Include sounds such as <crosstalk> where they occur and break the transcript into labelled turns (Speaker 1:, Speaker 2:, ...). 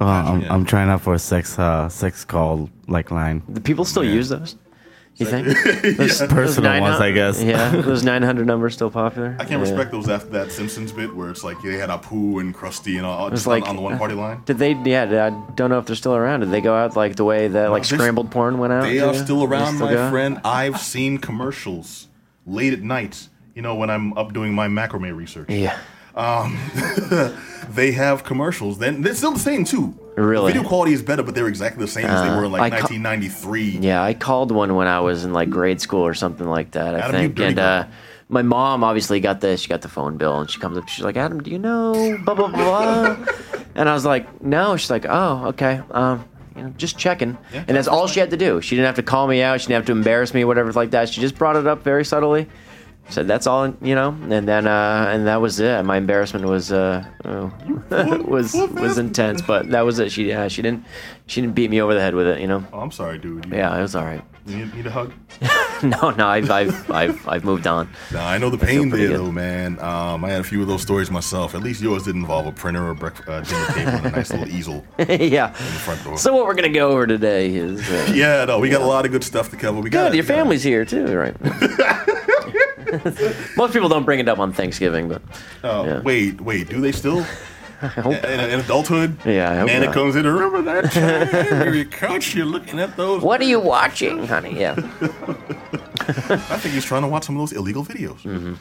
Speaker 1: Oh, I'm,
Speaker 2: Yeah.
Speaker 1: I'm trying out for a sex uh, sex call like line.
Speaker 3: Do people still use those? You think?
Speaker 2: <laughs>
Speaker 3: Those, those
Speaker 1: Personal
Speaker 3: nine
Speaker 1: ones,
Speaker 3: hun-
Speaker 1: I guess. <laughs>
Speaker 3: Yeah, those 900 numbers still popular.
Speaker 2: I can't
Speaker 3: Yeah.
Speaker 2: respect those after that Simpsons bit where it's like they had Apu and Krusty and all just
Speaker 3: like-
Speaker 2: on,
Speaker 3: uh,
Speaker 2: on the one party line.
Speaker 3: Did they? Yeah, I don't know if they're still around. Did they go out like the way that like
Speaker 2: there's-
Speaker 3: scrambled porn went out?
Speaker 2: They
Speaker 3: too?
Speaker 2: are still around,
Speaker 3: still
Speaker 2: my
Speaker 3: go?
Speaker 2: friend. I've seen commercials late at night. You know when I'm up doing my macrame research.
Speaker 3: Yeah.
Speaker 2: They have commercials. Then they're still the same too.
Speaker 3: Really? Uh,
Speaker 2: The video quality is better, but they're exactly the same as they were in like
Speaker 3: I ca-
Speaker 2: 1993.
Speaker 3: Yeah, I called one when I was in like grade school or something like that. I
Speaker 2: Adam, you
Speaker 3: think.
Speaker 2: dirty
Speaker 3: And uh,
Speaker 2: girl.
Speaker 3: my mom obviously got the she got the phone bill and she comes up. She's like, Adam, do you know blah blah blah?
Speaker 2: <laughs>
Speaker 3: and I was like, No. She's like, Oh, okay. Um, you know, just checking.
Speaker 2: Yeah.
Speaker 3: and that's all she had to do. She didn't have to call me out. She didn't have to embarrass me, whatever like that. She just brought it up very subtly. Said that's all, you know, and then uh, and that was it. My embarrassment was uh, <laughs> oh, was was intense, but that was it. She uh, she didn't she didn't beat me over the head with it, you know.
Speaker 2: Oh, I'm sorry, dude. You,
Speaker 3: Yeah, it was all right. <laughs>
Speaker 2: You need, need a hug?
Speaker 3: No, no, I've, I've, I've, I've moved on. <laughs>
Speaker 2: Nah, I know the pain
Speaker 3: pretty
Speaker 2: there
Speaker 3: good.
Speaker 2: though, man. Um, I had a few of those stories myself. At least yours did involve a printer or a breakfast, uh, dinner table and a nice little easel in
Speaker 3: yeah.
Speaker 2: the front
Speaker 3: <laughs>
Speaker 2: door.
Speaker 3: So what we're gonna go over today is <laughs> uh,
Speaker 2: yeah, no, we got a lot of good stuff to cover. We got
Speaker 3: good. Your family's here too, <laughs> right? Most people don't bring it up on Thanksgiving, but
Speaker 2: Oh,
Speaker 3: Yeah.
Speaker 2: Wait, wait, do they still? <laughs> in, in adulthood,
Speaker 3: Yeah, I hope
Speaker 2: Nana
Speaker 3: not.
Speaker 2: comes in. Remember <laughs> that time you're your couch? You're looking at those.
Speaker 3: what are you watching, honey? Yeah,
Speaker 2: I think he's trying to watch some of those illegal videos.